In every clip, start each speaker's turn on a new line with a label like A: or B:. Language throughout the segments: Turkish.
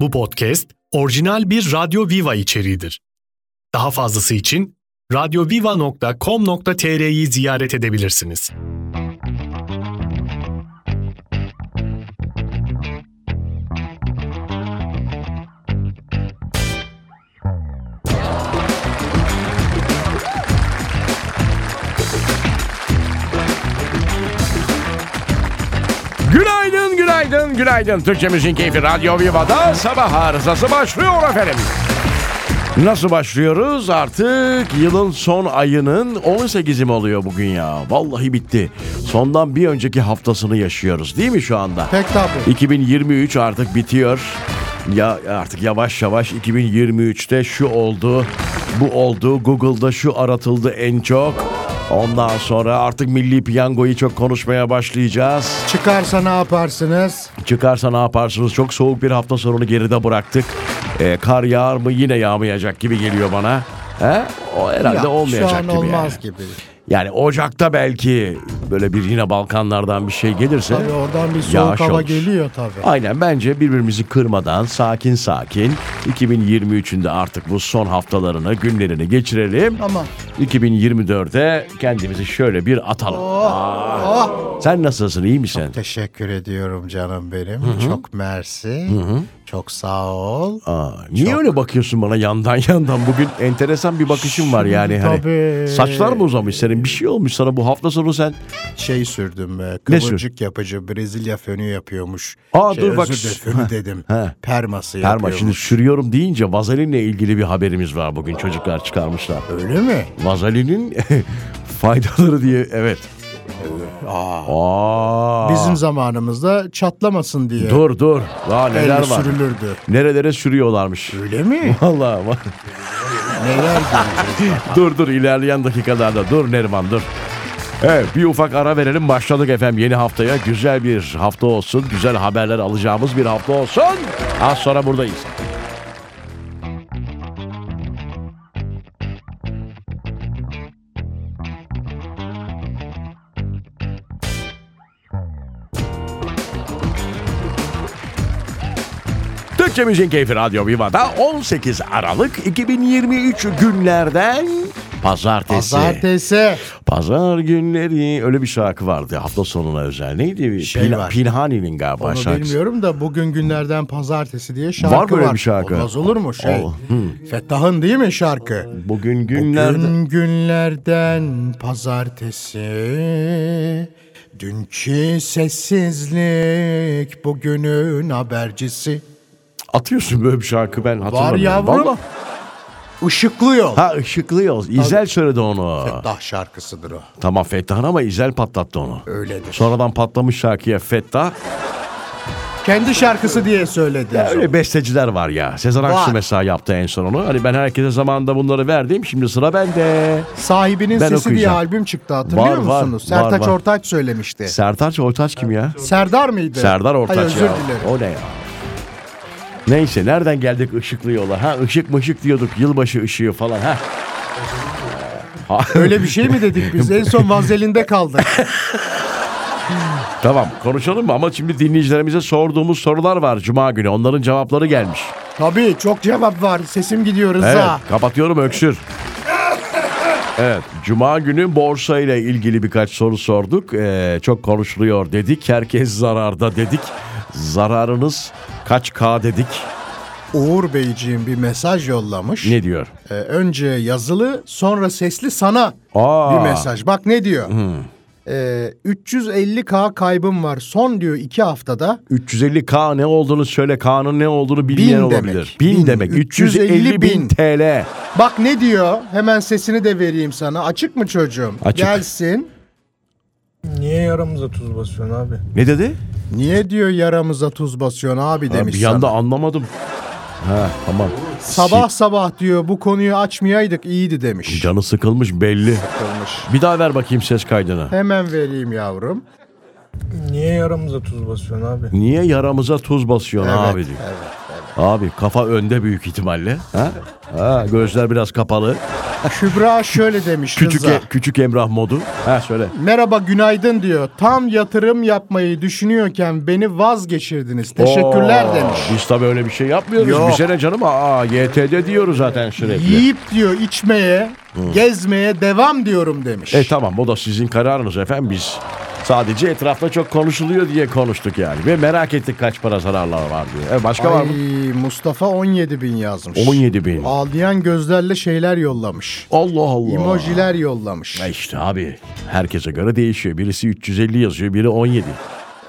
A: Bu podcast orijinal bir Radyo Viva içeriğidir. Daha fazlası için radyoviva.com.tr'yi ziyaret edebilirsiniz.
B: Günaydın, günaydın, günaydın. Türkçemizin keyfi Radyo Viva'da sabah arızası başlıyor efendim. Nasıl başlıyoruz? Artık yılın son ayının 18'i mi oluyor bugün ya? Vallahi bitti. Sondan bir önceki haftasını yaşıyoruz değil mi şu anda?
C: Pek tabii.
B: 2023 artık bitiyor. Ya artık yavaş yavaş 2023'te şu oldu, bu oldu, Google'da şu aratıldı en çok. Ondan sonra artık milli piyangoyu çok konuşmaya başlayacağız.
C: Çıkarsa ne yaparsınız?
B: Çıkarsa ne yaparsınız? Çok soğuk bir hafta sonunu geride bıraktık. Ee, kar yağar mı? Yine yağmayacak gibi geliyor bana. He? O herhalde
C: Ya,
B: olmayacak
C: Şu an
B: gibi.
C: olmaz
B: yani.
C: gibi.
B: yani Ocak'ta belki böyle bir yine Balkanlardan bir şey gelirse.
C: Tabii oradan bir soğuk
B: Yağış
C: hava
B: olur.
C: geliyor tabii.
B: Aynen bence birbirimizi kırmadan sakin sakin 2023'ün de artık bu son haftalarını günlerini geçirelim.
C: Ama
B: 2024'e kendimizi şöyle bir atalım.
C: Oh,
B: Aa. Sen nasılsın iyi misin?
C: teşekkür ediyorum canım benim. Çok mersi. Çok sağ ol.
B: Aa, niye öyle bakıyorsun bana yandan yandan? Bugün enteresan bir bakışın var yani. Hani,
C: Tabii.
B: saçlar mı uzamış senin? Bir şey olmuş sana bu hafta sonu sen.
C: Şey sürdüm. e,
B: Ne sür-
C: Kıvırcık yapıcı Brezilya fönü yapıyormuş.
B: Aa,
C: Şey,
B: dur bak.
C: özür dilerim, fönü dedim.
B: he.
C: Perması
B: Perma
C: yapıyormuş.
B: şimdi sürüyorum deyince vazelinle ilgili bir haberimiz var bugün çocuklar çıkarmışlar.
C: Öyle mi?
B: Vazelinin faydaları diye evet. Aa.
C: Bizim zamanımızda çatlamasın diye.
B: Dur dur. Daha
C: elle
B: neler var.
C: sürülürdü.
B: Nerelere sürüyorlarmış.
C: Öyle mi?
B: Vallahi var.
C: Neler göreceğiz?
B: dur dur ilerleyen dakikalarda dur Neriman dur. Evet bir ufak ara verelim başladık efendim yeni haftaya güzel bir hafta olsun güzel haberler alacağımız bir hafta olsun az sonra buradayız. Türkçe Müziğin Keyfi Radyo Viva'da 18 Aralık 2023 günlerden Pazartesi.
C: Pazartesi.
B: Pazar günleri öyle bir şarkı vardı hafta sonuna özel. Neydi?
C: Şey
B: Pil-
C: var.
B: Pilhani'nin galiba
C: Onu
B: şarkısı.
C: bilmiyorum da bugün günlerden pazartesi diye şarkı
B: Var böyle bir şarkı. Oh, hmm.
C: Olmaz olur mu şey?
B: Ol-
C: Fettah'ın değil mi şarkı?
B: Bugün günlerde...
C: Günlerden. günlerden pazartesi Dünkü sessizlik bugünün habercisi
B: Atıyorsun böyle bir şarkı ben hatırlamıyorum.
C: yavrum.
B: Vallahi-
C: Işıklı yol
B: Ha ışıklı yol. İzel söyledi onu.
C: Fettah şarkısıdır o
B: Tamam Fettah'ın ama İzel patlattı onu.
C: Öyledir
B: Sonradan patlamış şarkıya Fettah.
C: Kendi şarkısı diye söyledi o zaman.
B: Öyle besteciler var ya. Sezen Aksu
C: Var.
B: mesela yaptı en son onu. Hani ben herkese zamanında bunları verdim. Şimdi sıra bende.
C: Sahibinin
B: Ben
C: Sesi diye
B: okuyacağım.
C: albüm çıktı hatırlıyor
B: Var, var,
C: musunuz?
B: var,
C: Sertaç
B: var.
C: Ortaç söylemişti
B: Sertaç Ortaç kim ya?
C: Serdar mıydı?
B: Serdar Ortaç
C: Hayır, özür
B: ya.
C: dilerim
B: O ne ya? Neyse nereden geldik ışıklı yola? Ha ışık mışık diyorduk yılbaşı ışığı falan ha. Ha,
C: Öyle bir şey mi dedik biz? En son vazelinde kaldık.
B: tamam konuşalım mı? ama şimdi dinleyicilerimize sorduğumuz sorular var Cuma günü onların cevapları gelmiş.
C: Tabii çok cevap var. Sesim gidiyor Rıza.
B: Evet kapatıyorum öksür. Evet Cuma günü borsa ile ilgili birkaç soru sorduk. Ee, çok konuşuluyor dedik herkes zararda dedik. Zararınız kaç K dedik
C: Uğur Beyciğim bir mesaj yollamış.
B: ne diyor?
C: Ee, önce yazılı sonra sesli sana
B: Aa.
C: bir mesaj. Bak ne diyor? Ee, 350k kaybım var. Son diyor iki haftada.
B: 350K ne olduğunu söyle. K'nın ne olduğunu bilmeyen
C: Bin demek.
B: olabilir. Bin,
C: Bin.
B: demek. 350
C: 350
B: bin
C: bin.
B: TL.
C: Bak ne diyor? Hemen sesini de vereyim sana. Açık mı çocuğum?
B: Açık.
C: Gelsin.
D: Niye yaramıza tuz basıyorsun abi?
B: Ne dedi?
C: Niye diyor yaramıza tuz basıyorsun abi
B: Ben
C: demiş
B: bir
C: sana.
B: yanda anlamadım. Ha tamam.
C: Sabah sabah diyor bu konuyu açmayaydık iyiydi demiş.
B: Canı sıkılmış belli.
C: Takılmış.
B: Bir daha ver bakayım ses kaydını.
C: Hemen vereyim yavrum.
D: Niye yaramıza tuz basıyorsun abi?
B: Niye yaramıza tuz basıyorsun abi diyor.
C: evet.
B: Ha, Abi kafa önde büyük ihtimalle. Ha? Ha, gözler biraz kapalı.
C: Kübra şöyle demiş
B: Küçük
C: Rıza.
B: e- küçük Emrah modu. Ha söyle.
C: Merhaba günaydın diyor. Tam yatırım yapmayı düşünüyorken beni vazgeçirdiniz. Teşekkürler
B: Oo,
C: demiş.
B: Biz tabii öyle bir şey yapmıyoruz.
C: Yok.
B: Bir sene canım. Aa YTD diyoruz zaten sürekli.
C: Yiyip diyor içmeye, gezmeye devam diyorum demiş.
B: E tamam o da sizin kararınız efendim biz. Sadece etrafta çok konuşuluyor diye konuştuk yani. Ve merak ettik kaç para zararlar var diye. E, başka var mı?
C: Ay, Mustafa 17 bin yazmış.
B: 17 bin.
C: Ağlayan gözlerle şeyler yollamış.
B: Allah Allah.
C: Emojiler yollamış.
B: Ya E, işte abi herkese göre değişiyor. Birisi 350 yazıyor, biri 17.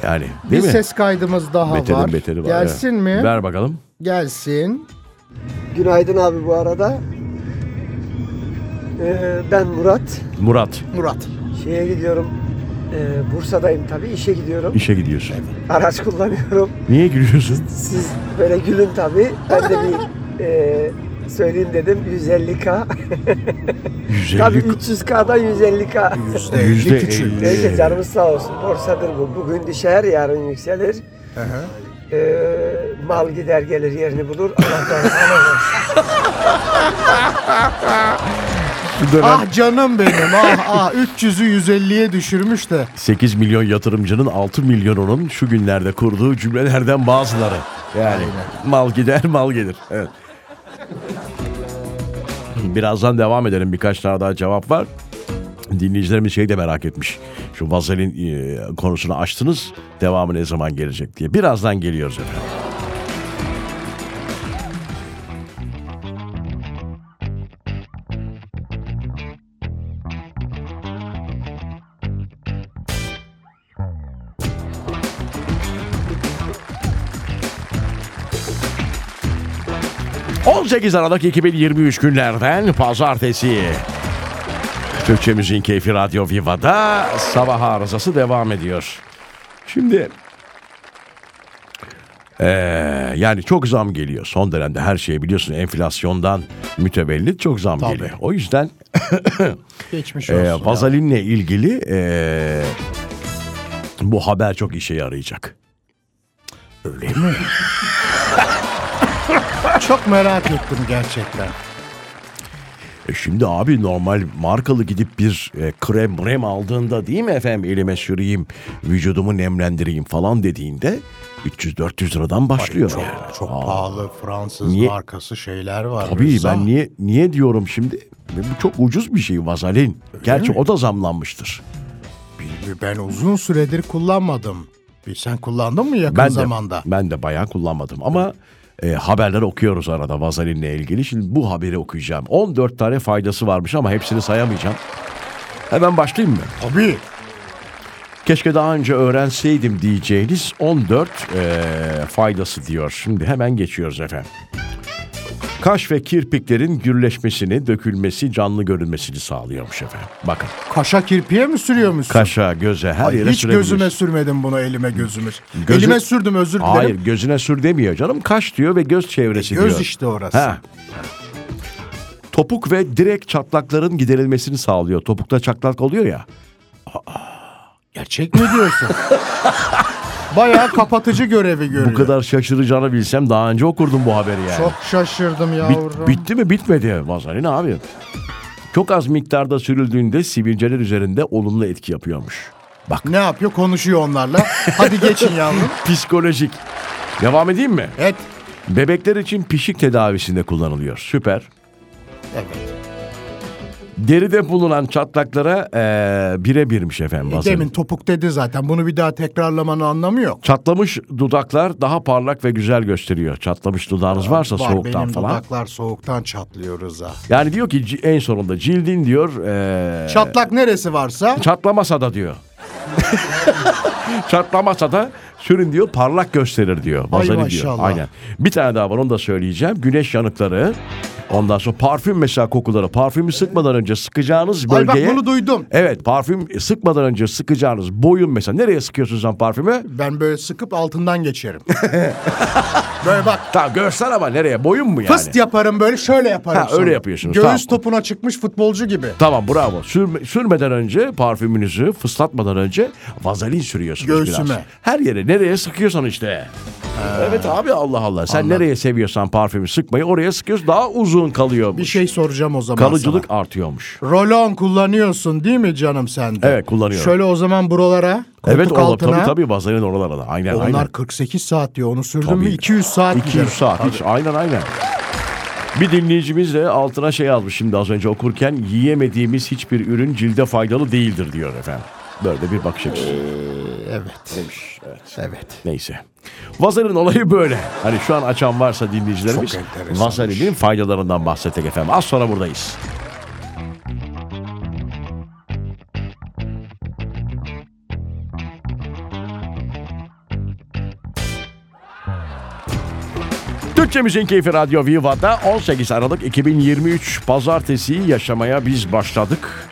B: Yani değil
C: bir
B: mi?
C: ses kaydımız daha
B: Beterin
C: var.
B: beteri var.
C: Gelsin
B: ya.
C: mi?
B: Ver bakalım.
C: Gelsin.
E: Günaydın abi bu arada. Ee, ben Murat.
B: Murat
C: Murat.
E: Şeye gidiyorum. Ee, Bursa'dayım tabii. işe gidiyorum.
B: işe gidiyorsun.
E: Araç kullanıyorum.
B: Niye gülüyorsun?
E: Siz böyle gülün tabii. Ben de bir e, söyleyeyim dedim. 150K.
B: 150
E: tabii 300K'dan 150K.
B: yüzde
E: Neyse
B: 50.
E: canımız sağ olsun. Borsadır bu. Bugün düşer, yarın yükselir. Ee, mal gider gelir yerini bulur. Allah'tan sana olsun.
B: Şu dönem
C: Ah canım benim. Ah ah 300'ü 150'ye düşürmüş de.
B: 8 milyon yatırımcının 6 milyonunun şu günlerde kurduğu cümlelerden bazıları. Yani mal gider mal gelir. Evet. Birazdan devam edelim. Birkaç tane daha cevap var. Dinleyicilerimiz şey de merak etmiş. Şu vazelin e, konusunu açtınız. Devamı ne zaman gelecek diye. Birazdan geliyoruz efendim. ...18 Aralık 2023 günlerden pazartesi. Türkçe Müziğin Keyfi Radyo Viva'da sabah arızası devam ediyor. Şimdi... eee, yani çok zam geliyor. Son dönemde her şey biliyorsun enflasyondan mütevellit çok zam geliyor. O yüzden
C: Geçmiş
B: eee,
C: olsun. ya.
B: vazalinle ilgili eee, bu haber çok işe yarayacak. Öyle mi?
C: Çok merak ettim gerçekten.
B: E şimdi abi normal markalı gidip bir e, krem mrem aldığında değil mi efendim elime süreyim, vücudumu nemlendireyim falan dediğinde 300-400 liradan başlıyor. yani.
C: Çok
B: Aa,
C: pahalı Fransız
B: Niye-
C: markası şeyler var.
B: Tabii
C: Rıza.
B: ben niye niye diyorum şimdi? E, Bu çok ucuz bir şey vazelin. Gerçi o da zamlanmıştır.
C: Ben uzun süredir kullanmadım. Bir sen kullandın mı yakın
B: Ben de,
C: zamanda?
B: ben de bayağı kullanmadım ama e, haberler okuyoruz arada vazelinle ilgili. Şimdi bu haberi okuyacağım. 14 tane faydası varmış ama hepsini sayamayacağım. Hemen başlayayım mı?
C: Tabii.
B: Keşke daha önce öğrenseydim diyeceğiniz 14 eee, faydası diyor. Şimdi hemen geçiyoruz efendim. Kaş ve kirpiklerin gürleşmesini, dökülmesi, canlı görünmesini sağlıyormuş efendim. Bakın
C: Kaşa kirpiğe mi sürüyormuşsun?
B: kaşa, göze her
C: Ay,
B: yere
C: hiç
B: sürebiliyorsun.
C: gözüme sürmedim bunu elime gözüme.
B: Gözü-
C: Elime sürdüm özür dilerim.
B: Hayır gözüne sür demiyor canım. Kaş diyor ve E, göz çevresi diyor.
C: Göz işte orası.
B: Ha. Topuk ve direkt çatlakların giderilmesini sağlıyor. Topukta çatlak oluyor ya.
C: Gerçek mi diyorsun? Bayağı kapatıcı görevi görüyor.
B: Bu kadar şaşıracağını bilsem daha önce okurdum bu haberi yani.
C: Çok şaşırdım
B: Bit-
C: yavrum.
B: bitti mi bitmedi vazelin abi. Çok az miktarda sürüldüğünde sivilceler üzerinde olumlu etki yapıyormuş. Bak
C: Ne yapıyor? Konuşuyor onlarla. Hadi geçin yavrum.
B: psikolojik. Devam edeyim mi?
C: Et.
B: Bebekler için pişik tedavisinde kullanılıyor. Süper.
C: Evet.
B: Deride bulunan çatlaklara eee birebirmiş efendim vazelin.
C: E, Demin topuk dedi zaten. Bunu bir daha tekrarlamanın anlamı yok.
B: Çatlamış dudaklar daha parlak ve güzel gösteriyor. Çatlamış dudağınız varsa
C: Var,
B: soğuktan
C: benim
B: falan.
C: dudaklar soğuktan çatlıyor Rıza.
B: Yani diyor ki ci- en sonunda cildin diyor eee,
C: Çatlak neresi
B: e,
C: varsa
B: Çatlamasa da diyor. Çatlamasa da sürün diyor parlak gösterir diyor. Vazelin diyor.
C: maşallah.
B: Aynen. Bir tane daha var onu da söyleyeceğim. Güneş yanıkları. Ondan sonra parfüm mesela kokuları. Parfümü sıkmadan önce sıkacağınız
C: Ay bak
B: bölgeye.
C: bunu duydum.
B: Evet parfüm sıkmadan önce sıkacağınız boyun mesela. Nereye sıkıyorsunuz sen parfümü?
C: Ben böyle sıkıp altından geçerim. böyle bak
B: Tamam göster ama nereye? Boyun mu yani?
C: fıst yaparım böyle şöyle yaparım.
B: Ha,
C: sonra.
B: öyle yapıyorsunuz,
C: Göğüs
B: tamam.
C: topuna çıkmış futbolcu gibi.
B: Tamam bravo. Sürme- sürmeden önce parfümünüzü fıslatmadan önce vazelin sürüyorsunuz
C: Göğsüme.
B: biraz. Her yere nereye sıkıyorsan işte. Evet abi Allah Allah. Sen nereye seviyorsan parfümü sıkmayı oraya sıkıyorsun daha uzun kalıyor.
C: Bir şey soracağım o zaman
B: Kalıcılık artıyormuş.
C: sana. Rolon kullanıyorsun değil mi canım sen de?
B: Evet, kullanıyorum.
C: Şöyle o zaman buralara, koltuk
B: evet oğlum
C: altına.
B: tabii tabii bazen oralara da. Aynen
C: Onlar
B: aynen.
C: 48 saat diyor. Onu sürdün
B: Tabii.
C: mü 200 saat
B: 200
C: gider.
B: saat hiç aynen aynen. Bir dinleyicimiz de altına şey yazmış şimdi az önce okurken yiyemediğimiz hiçbir ürün cilde faydalı değildir diyor efendim. Böyle bir bakış açısı.
C: Ee, Evet. evet. Evet.
B: Neyse. Vazelin olayı böyle. Hani şu an açan varsa dinleyicilerimiz vazelinin faydalarından bahsettik efendim. Az sonra buradayız. Türkçemizin Keyfi Radyo Viva'da 18 Aralık 2023 Pazartesi'yi yaşamaya biz başladık.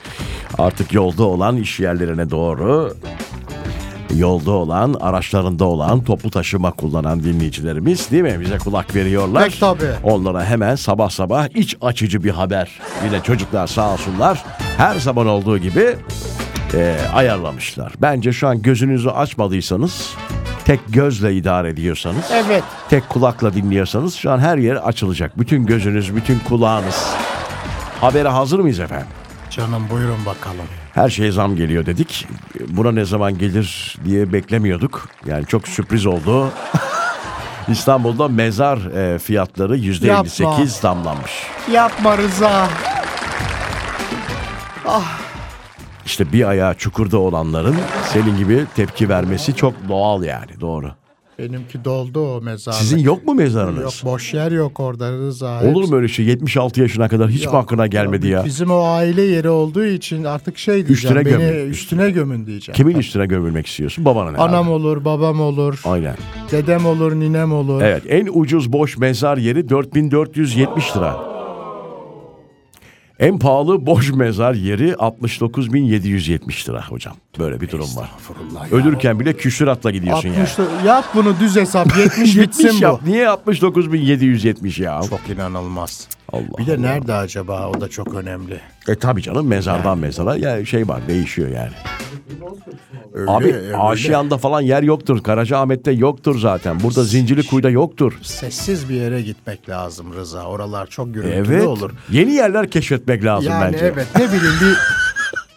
B: Artık yolda olan iş yerlerine doğru yolda olan, araçlarında olan, toplu taşıma kullanan dinleyicilerimiz değil mi? Bize kulak veriyorlar.
C: Pek tabii.
B: Onlara hemen sabah sabah iç açıcı bir haber. Yine çocuklar sağ olsunlar her zaman olduğu gibi e, ayarlamışlar. Bence şu an gözünüzü açmadıysanız, tek gözle idare ediyorsanız,
C: Evet.
B: tek kulakla dinliyorsanız şu an her yer açılacak. Bütün gözünüz, bütün kulağınız. Habere hazır mıyız efendim?
C: Canım buyurun bakalım.
B: Her şeye zam geliyor dedik. Buna ne zaman gelir diye beklemiyorduk. Yani çok sürpriz oldu. İstanbul'da mezar e, fiyatları %58
C: Yapma.
B: zamlanmış.
C: Yapma Rıza.
B: İşte bir ayağı çukurda olanların senin gibi tepki vermesi çok doğal yani doğru.
C: Benimki doldu o mezarlık.
B: Sizin yok mu
C: Yok
B: mezarınız?
C: boş yer yok orada Rıza.
B: Olur mu öyle şey? 76 yaşına kadar hiç mi
C: Yok.
B: aklına gelmedi ya?
C: Bizim o aile yeri olduğu için artık şey diyeceğim.
B: Üstüne
C: beni
B: gömün.
C: üstüne gömün diyeceğim.
B: Kimin üstüne gömülmek istiyorsun? Babanın herhalde.
C: Anam olur, babam olur,
B: Aynen.
C: dedem olur, ninem olur.
B: Evet en ucuz boş mezar yeri 4470 lira. En pahalı boş mezar yeri 69.770 lira hocam. Böyle bir durum var. Ölürken bile küsüratla gidiyorsun
C: 60
B: yani.
C: da- yap bunu düz hesap 70 bitsin
B: 70
C: bu.
B: yap. Niye 69.770 ya?
C: Çok inanılmaz.
B: Allah
C: Bir de
B: Allah.
C: nerede acaba o da çok önemli.
B: E tabii canım mezardan mezara ya şey var değişiyor yani.
C: Öyle,
B: Abi
C: öyle.
B: Aşiyan'da falan yer yoktur. Karacaahmet'te yoktur zaten. Burada Zincirlikuyu'da yoktur.
C: Sessiz bir yere gitmek lazım Rıza. Oralar çok gürültülü
B: Evet.
C: olur.
B: Yeni yerler keşfetmek lazım
C: Yani
B: bence.
C: evet ne bileyim bir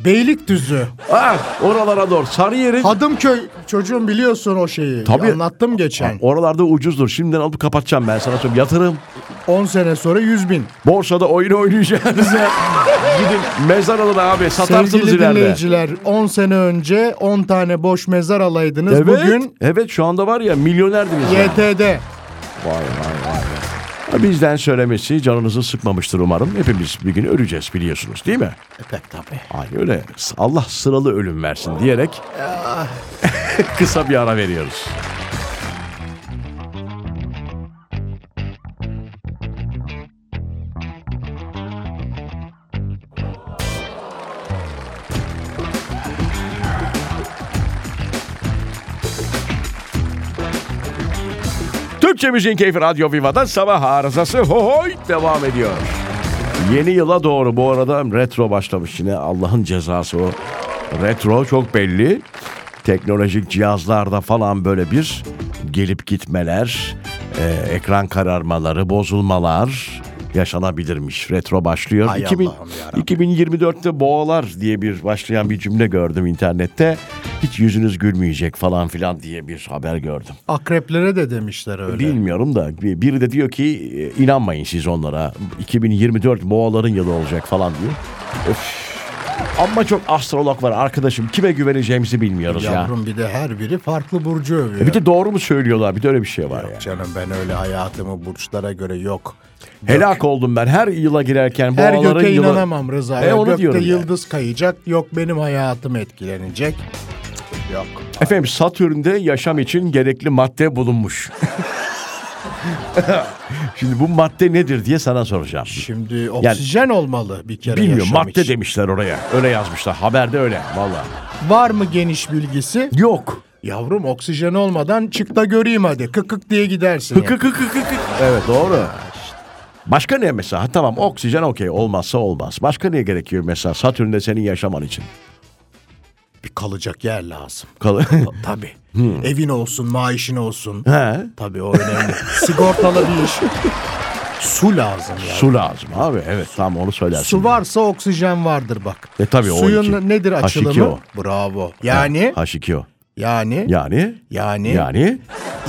C: Beylikdüzü,
B: Ah, oralara doğru. Sarıyer'in
C: Hadımköy çocuğum biliyorsun o şeyi.
B: Tabii.
C: Anlattım geçen.
B: Oralarda ucuzdur. Şimdiden alıp kapatacağım ben sana söyleyeyim. Yatırım.
C: 10 sene sonra 100 bin.
B: Borsada oyun oynayacağınıza gidin mezar alın abi. Satarsınız
C: Sevgili
B: ileride.
C: dinleyiciler 10 sene önce 10 tane boş mezar alaydınız.
B: Evet.
C: Bugün
B: Evet şu anda var ya milyonerdiniz. yani.
C: YT'de.
B: Vay vay vay. vay. Bizden söylemesi canınızı sıkmamıştır umarım. Hepimiz bir gün öleceğiz biliyorsunuz değil mi?
C: Epek tabii.
B: Ay öyle. Allah sıralı ölüm versin diyerek
C: Ah.
B: kısa bir ara veriyoruz. Türkçe Müziğin Keyfi Radyo Viva'da sabah arızası hoy devam ediyor. Yeni yıla doğru bu arada retro başlamış yine Allah'ın cezası o. Retro çok belli. Teknolojik cihazlarda falan böyle bir gelip gitmeler, e, ekran kararmaları, bozulmalar yaşanabilirmiş. Retro başlıyor.
C: Ay
B: 2000
C: Allah'ım yarabbim.
B: 2024'te boğalar diye bir başlayan bir cümle gördüm internette. Hiç yüzünüz gülmeyecek falan filan diye bir haber gördüm.
C: Akreplere de demişler öyle.
B: Bilmiyorum da bir- biri de diyor ki e, inanmayın siz onlara 2024 boğaların yılı olacak falan diyor. Öf. Ama çok astrolog var arkadaşım kime güveneceğimizi bilmiyoruz ya. E,
C: Yavrum bir de her biri farklı burcu övüyor.
B: Bir de doğru mu söylüyorlar bir de öyle bir şey var ya.
C: Canım ben öyle hayatımı burçlara göre yok.
B: Helak oldum ben her yıla girerken
C: Her
B: boğaların
C: göke
B: yılı.
C: inanamam Rıza.
B: E,
C: Ya
B: onu
C: gökte
B: diyorum yani.
C: yıldız kayacak. Yok benim hayatım etkilenecek. Yok.
B: Efendim Satürn'de yaşam için gerekli madde bulunmuş. Şimdi bu madde nedir diye sana soracağım.
C: Şimdi oksijen olmalı bir kere
B: Bilmiyorum
C: yaşam
B: madde
C: için.
B: demişler oraya. Öyle yazmışlar haberde öyle valla.
C: Var mı geniş bilgisi?
B: Yok.
C: Yavrum oksijen olmadan çık da göreyim hadi. Kık kık diye gidersin. yani.
B: Kıkı kıkı kıkı. Evet doğru. Başka ne mesela? Ha, Tamam oksijen okey olmazsa olmaz. Başka ne gerekiyor mesela Satürn'de senin yaşaman için?
C: bir kalacak yer lazım.
B: Kal-
C: Tabii.
B: Hmm.
C: Evin olsun, maaşın olsun.
B: He.
C: Tabii o önemli. Sigortalı bir iş. Su lazım yani.
B: Su lazım abi. Evet tamam onu söylersin.
F: Su varsa oksijen vardır bak.
B: E tabii o
F: Suyun
B: iki.
F: nedir
B: H2O.
F: açılımı?
C: Bravo. Yani
B: H2O.
C: yani
B: Yani
C: yani
B: yani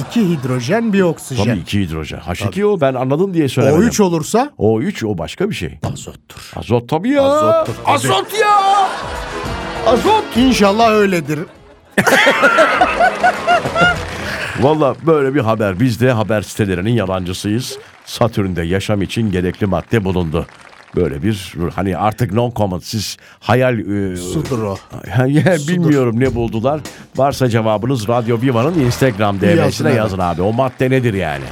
F: İki hidrojen bir oksijen.
B: tabii iki hidrojen. H2O ben anladım diye söylemedim.
C: O3 olursa
B: O3 o başka bir şey.
C: azottur.
B: Azot tabii ya.
C: Azottur tabii.
B: Azot ya. Azot.
C: İnşallah öyledir.
B: Valla böyle bir haber. Biz de haber sitelerinin yalancısıyız. Satürn'de yaşam için gerekli madde bulundu. Böyle bir hani artık non comment siz hayal e,
C: Sudur o.
B: Ya, ya, bilmiyorum ne buldular. Varsa cevabınız Radyo Viva'nın Instagram DM'sine
C: abi.
B: yazın abi. O madde nedir yani?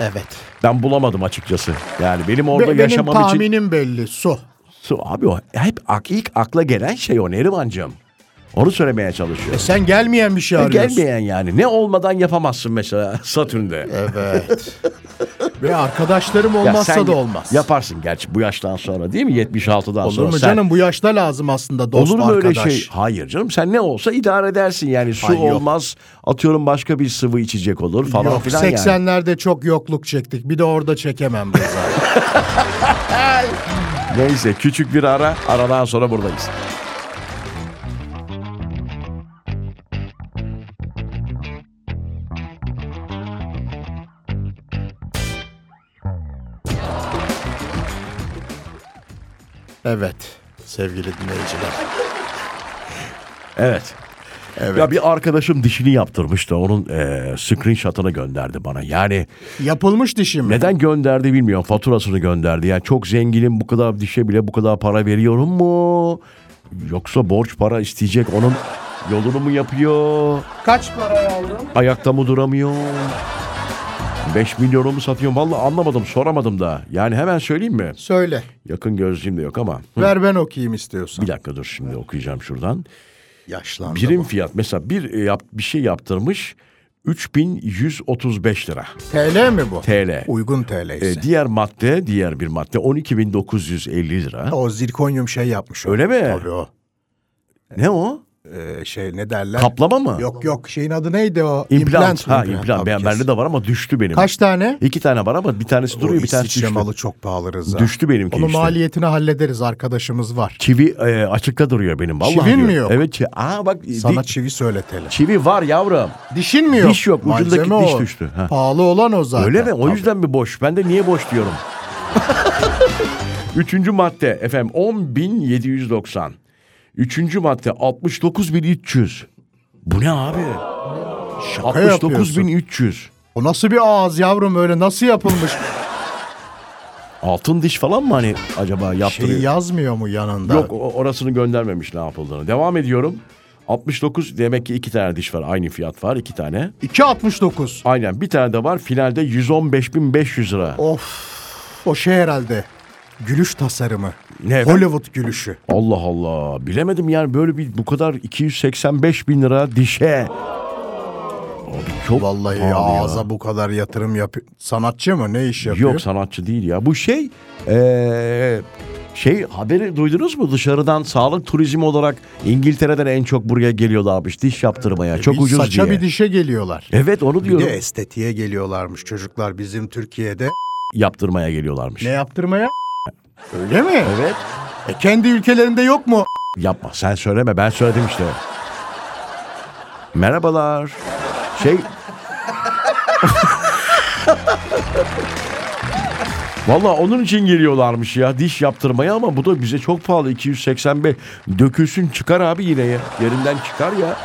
C: Evet.
B: Ben bulamadım açıkçası. Yani benim
C: Be-
B: orada
C: benim
B: yaşamam için...
C: tahminim belli. Su.
B: Su, abi o hep ak, ilk akla gelen şey o Nerimancığım. Onu söylemeye çalışıyor.
C: Sen gelmeyen bir şey arıyorsun.
B: Gelmeyen yani. Ne olmadan yapamazsın mesela Satürn'de.
C: Evet. Ve arkadaşlarım
B: Ya
C: olmazsa
B: sen
C: da olmaz.
B: Yaparsın gerçi bu yaştan sonra değil mi? 76'dan
C: Olur
B: sonra.
C: mu
B: sen-
C: canım bu yaşta lazım aslında dost
B: Olur mu öyle
C: arkadaş.
B: şey? Hayır canım sen ne olsa idare edersin yani su
C: Ay yok.
B: olmaz atıyorum başka bir sıvı içecek olur falan
C: Yok,
B: filan yani.
C: 80'lerde çok yokluk çektik. Bir de orada çekemem be zaten.
B: Neyse küçük bir ara aradan sonra buradayız.
C: evet sevgili dinleyiciler.
B: Evet. Ya bir arkadaşım dişini yaptırmış da onun eee screenshot'ını gönderdi bana. Yani
C: Yapılmış dişim mi?
B: neden gönderdi bilmiyorum. Faturasını gönderdi. Yani çok zenginim bu kadar dişe bile bu kadar para veriyorum mu? Yoksa borç para isteyecek onun yolunu mu yapıyor?
F: Kaç paraya aldın?
B: Ayakta mı duramıyor? 5 milyonu mu satıyorum? Vallahi anlamadım soramadım da. Yani hemen söyleyeyim mi?
C: Söyle.
B: Yakın gözlüğüm de yok ama.
C: Ver ben okuyayım istiyorsan.
B: Bir dakika dur şimdi okuyacağım şuradan.
C: Yaşlandı
B: Birim fiyat mesela bir e, yap, bir şey yaptırmış 3135 lira
C: bu. TL mi bu?
B: TL.
C: Uygun TL
B: E,
C: ise.
B: diğer madde diğer bir madde 12950 lira.
C: o zirkonyum şey yapmış. o.
B: Öyle mi?
C: Tabii o.
B: Ne o?
C: Ee, şey ne derler?
B: Kaplama mı?
C: Yok yok şeyin adı neydi o?
B: İmplant. Ha
C: mı?
B: implant.
C: Tabii
B: Ben, bende
C: kesin.
B: de var ama düştü benim.
C: Kaç tane?
B: İki tane var ama bir tanesi duruyor
C: O
B: bir tanesi
C: İsviçre
B: düştü.
C: malı çok pahalı Rıza.
B: Düştü benimki
C: Onun
B: işte.
C: maliyetini hallederiz arkadaşımız var.
B: Çivi e, açıkta duruyor benim. Vallahi
C: Çivin mi
B: diyor.
C: yok?
B: Evet. çi- Aa bak di-
C: Sana çivi söyletelim.
B: çivi var yavrum.
C: Dişin mi yok?
B: Diş yok, ucundaki
C: Malzeme
B: diş
C: o.
B: düştü. Ha.
C: Pahalı olan o zaten.
B: Öyle mi? O
C: Tabii.
B: yüzden mi boş? Ben de niye boş diyorum. Üçüncü madde efendim 10.790. Üçüncü madde 69.300. Bu ne abi?
C: Şaka yapıyorsun.
B: 69.300.
C: O nasıl bir ağız yavrum öyle nasıl yapılmış?
B: Altın diş falan mı hani acaba yaptırıyor?
C: Şeyi Şey yazmıyor mu yanında?
B: Yok o- orasını göndermemiş ne yapıldığını. Devam ediyorum. 69 demek ki iki tane diş var. Aynı fiyat var iki tane.
C: 2.69.
B: Aynen bir tane de var. Finalde 115.500 lira.
C: O şey herhalde. Gülüş tasarımı.
B: Ne?
C: Hollywood gülüşü.
B: Allah Allah. Bilemedim yani böyle bir bu kadar 285 bin lira dişe. Abi çok
C: Vallahi
B: pahalı ya.
C: ağza bu kadar yatırım yapıyor. Sanatçı mı? Ne iş yapıyor?
B: Yok sanatçı değil ya. Bu şey eee, şey haberi duydunuz mu? Dışarıdan sağlık turizmi olarak İngiltere'den en çok buraya geliyorlarmış diş yaptırmaya. çok
C: Bir
B: ucuz
C: E, saça
B: diye.
C: bir dişe geliyorlar.
B: Evet onu
C: Bir
B: diyorum.
C: de estetiğe geliyorlarmış çocuklar bizim Türkiye'de.
B: Yaptırmaya geliyorlarmış.
C: Ne yaptırmaya? Öyle mi?
B: Evet.
C: E kendi ülkelerinde yok mu?
B: Yapma sen söyleme ben söyledim işte. Merhabalar. Şey... Valla onun için geliyorlarmış ya diş yaptırmaya ama bu da bize çok pahalı 285. Dökülsün çıkar abi yine ya. Yerinden çıkar ya.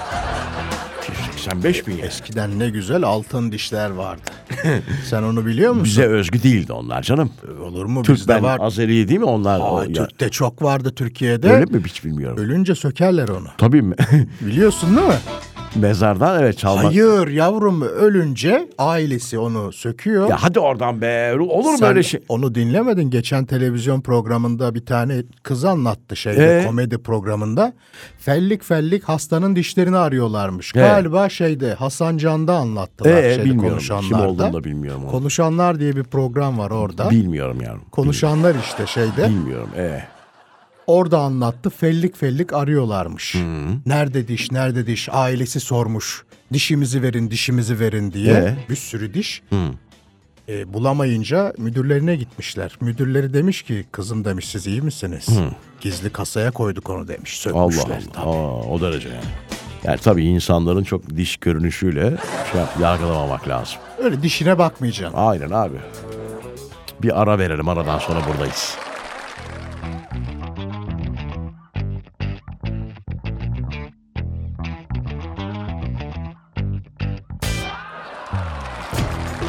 B: 285 bin ya.
C: Eskiden ne güzel altın dişler vardı. Sen onu biliyor musun?
B: Bize özgü değildi onlar canım.
C: Olur mu? Bizde
B: Türkmen,
C: var.
B: Azeri değil mi onlar?
C: Aa,
B: O- ya-
C: Türk'te çok vardı Türkiye'de.
B: Öyle mi hiç bilmiyorum.
C: Ölünce sökerler onu.
B: Tabii mi?
C: Biliyorsun değil mi?
B: Mezardan evet çalmak.
C: Hayır yavrum ölünce ailesi onu söküyor.
B: Ya hadi oradan be. Olur mu
C: Sen
B: öyle şey?
C: Onu dinlemedin. Geçen televizyon programında bir tane kız anlattı şeyde
B: Ee?
C: komedi programında. Fellik fellik hastanın dişlerini arıyorlarmış.
B: Ee?
C: Galiba şeyde Hasan Can'da anlattılar
B: Ee,
C: şeyde
B: bilmiyorum.
C: konuşanlarda.
B: Kim olduğunu da bilmiyorum onu.
C: Konuşanlar diye bir program var orada.
B: Bilmiyorum yavrum.
C: Konuşanlar işte şeyde.
B: Bilmiyorum. Ee,
C: Orada anlattı fellik fellik arıyorlarmış. Nerede diş nerede diş ailesi sormuş. Dişimizi verin dişimizi verin diye
B: Ee?
C: bir sürü diş. E, bulamayınca müdürlerine gitmişler. Müdürleri demiş ki kızım demiş siz iyi misiniz? Gizli kasaya koyduk onu demiş.
B: Allah
C: Sökmüşler.
B: Allah. Aa, o derece yani. Yani tabii insanların çok diş görünüşüyle şey yap- yargılamamak lazım.
C: Öyle dişine bakmayacaksın.
B: Aynen abi. Bir ara verelim aradan sonra buradayız.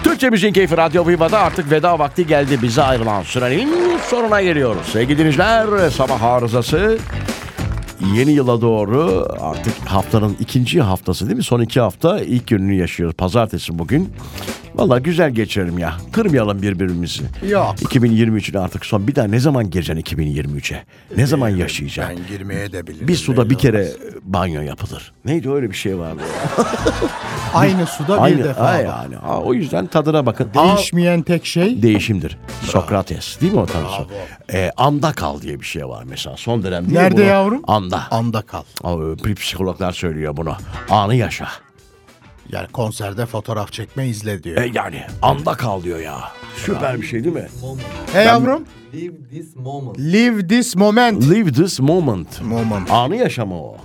B: Türkçe Müziğin Keyfi Radyo Viva'da artık veda vakti geldi. Bize ayrılan sürenin sonuna geliyoruz. Sevgili dinleyiciler, sabah arızası yeni yıla doğru artık haftanın ikinci haftası değil mi? Son iki hafta ilk gününü yaşıyoruz. Pazartesi bugün. Valla güzel geçirelim ya. Kırmayalım birbirimizi.
C: Yok.
B: 2023'ün artık son. Bir daha ne zaman gireceksin 2023'e? Ne zaman yaşayacaksın?
C: Ee, Ben girmeye de bilirim.
B: Bir suda
C: belli
B: bir kere
C: olmaz.
B: banyo yapılır. Neydi öyle bir şey vardı?
C: Aynı suda bir
B: Aynı,
C: defa.
B: ha
C: bak.
B: yani. Ha, o yüzden tadına bakın. Aa,
C: Değişmeyen tek şey
B: değişimdir. Sokrates değil mi o tanrısı? Ee, anda kal diye bir şey var mesela son dönemde. değil mi
C: Nerede
B: bunu?
C: yavrum?
B: Anda.
C: anda kal.
B: Ama Psikologlar söylüyor bunu. Anı yaşa.
C: Yani konserde fotoğraf çekme izle diyor.
B: E yani anda kal diyor ya. Süper bir şey değil mi?
C: hey yavrum.
G: Leave this moment.
C: Live this moment.
B: Live this moment.
C: Moment.
B: Anı yaşama o.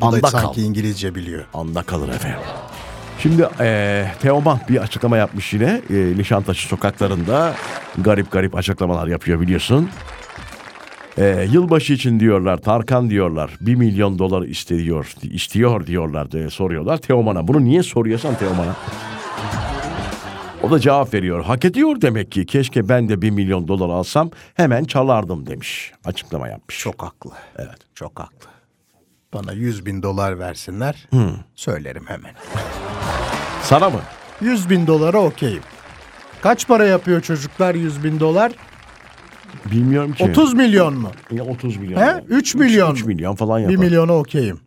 C: Bu
B: Anda
C: da
B: kal.
C: sanki İngilizce biliyor.
B: Anda kalır efendim. Şimdi eee Teoman bir açıklama yapmış yine. Eee, Nişantaşı sokaklarında garip garip açıklamalar yapıyor biliyorsun. Eee, yılbaşı için diyorlar, Tarkan diyorlar. 1 milyon dolar istiyor, istiyor diyorlar diye soruyorlar Teoman'a. Bunu niye soruyorsan Teoman'a? O da cevap veriyor. Hak ediyor demek ki. Keşke ben de 1 milyon dolar alsam hemen çalardım demiş. Açıklama yapmış.
C: Çok haklı. Evet. Çok haklı. Bana 100 bin dolar versinler. Söylerim hemen.
B: Sana mı?
C: 100 bin dolara okeyim. Kaç para yapıyor çocuklar 100 bin dolar?
B: Bilmiyorum ki.
C: 30 milyon mu?
B: Ya 30 milyon.
C: He? 3 milyon.
B: 3 milyon falan yapar.
C: 1 milyona okeyim.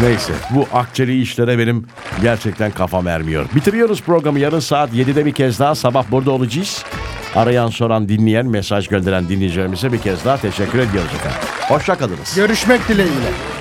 B: Neyse bu akçeli işlere benim gerçekten kafam ermiyor. Bitiriyoruz programı yarın saat 7'de bir kez daha sabah burada olacağız. Arayan, soran, dinleyen, mesaj gönderen dinleyicilerimize bir kez daha teşekkür ediyoruz efendim. Hoşçakalınız.
C: Görüşmek dileğiyle.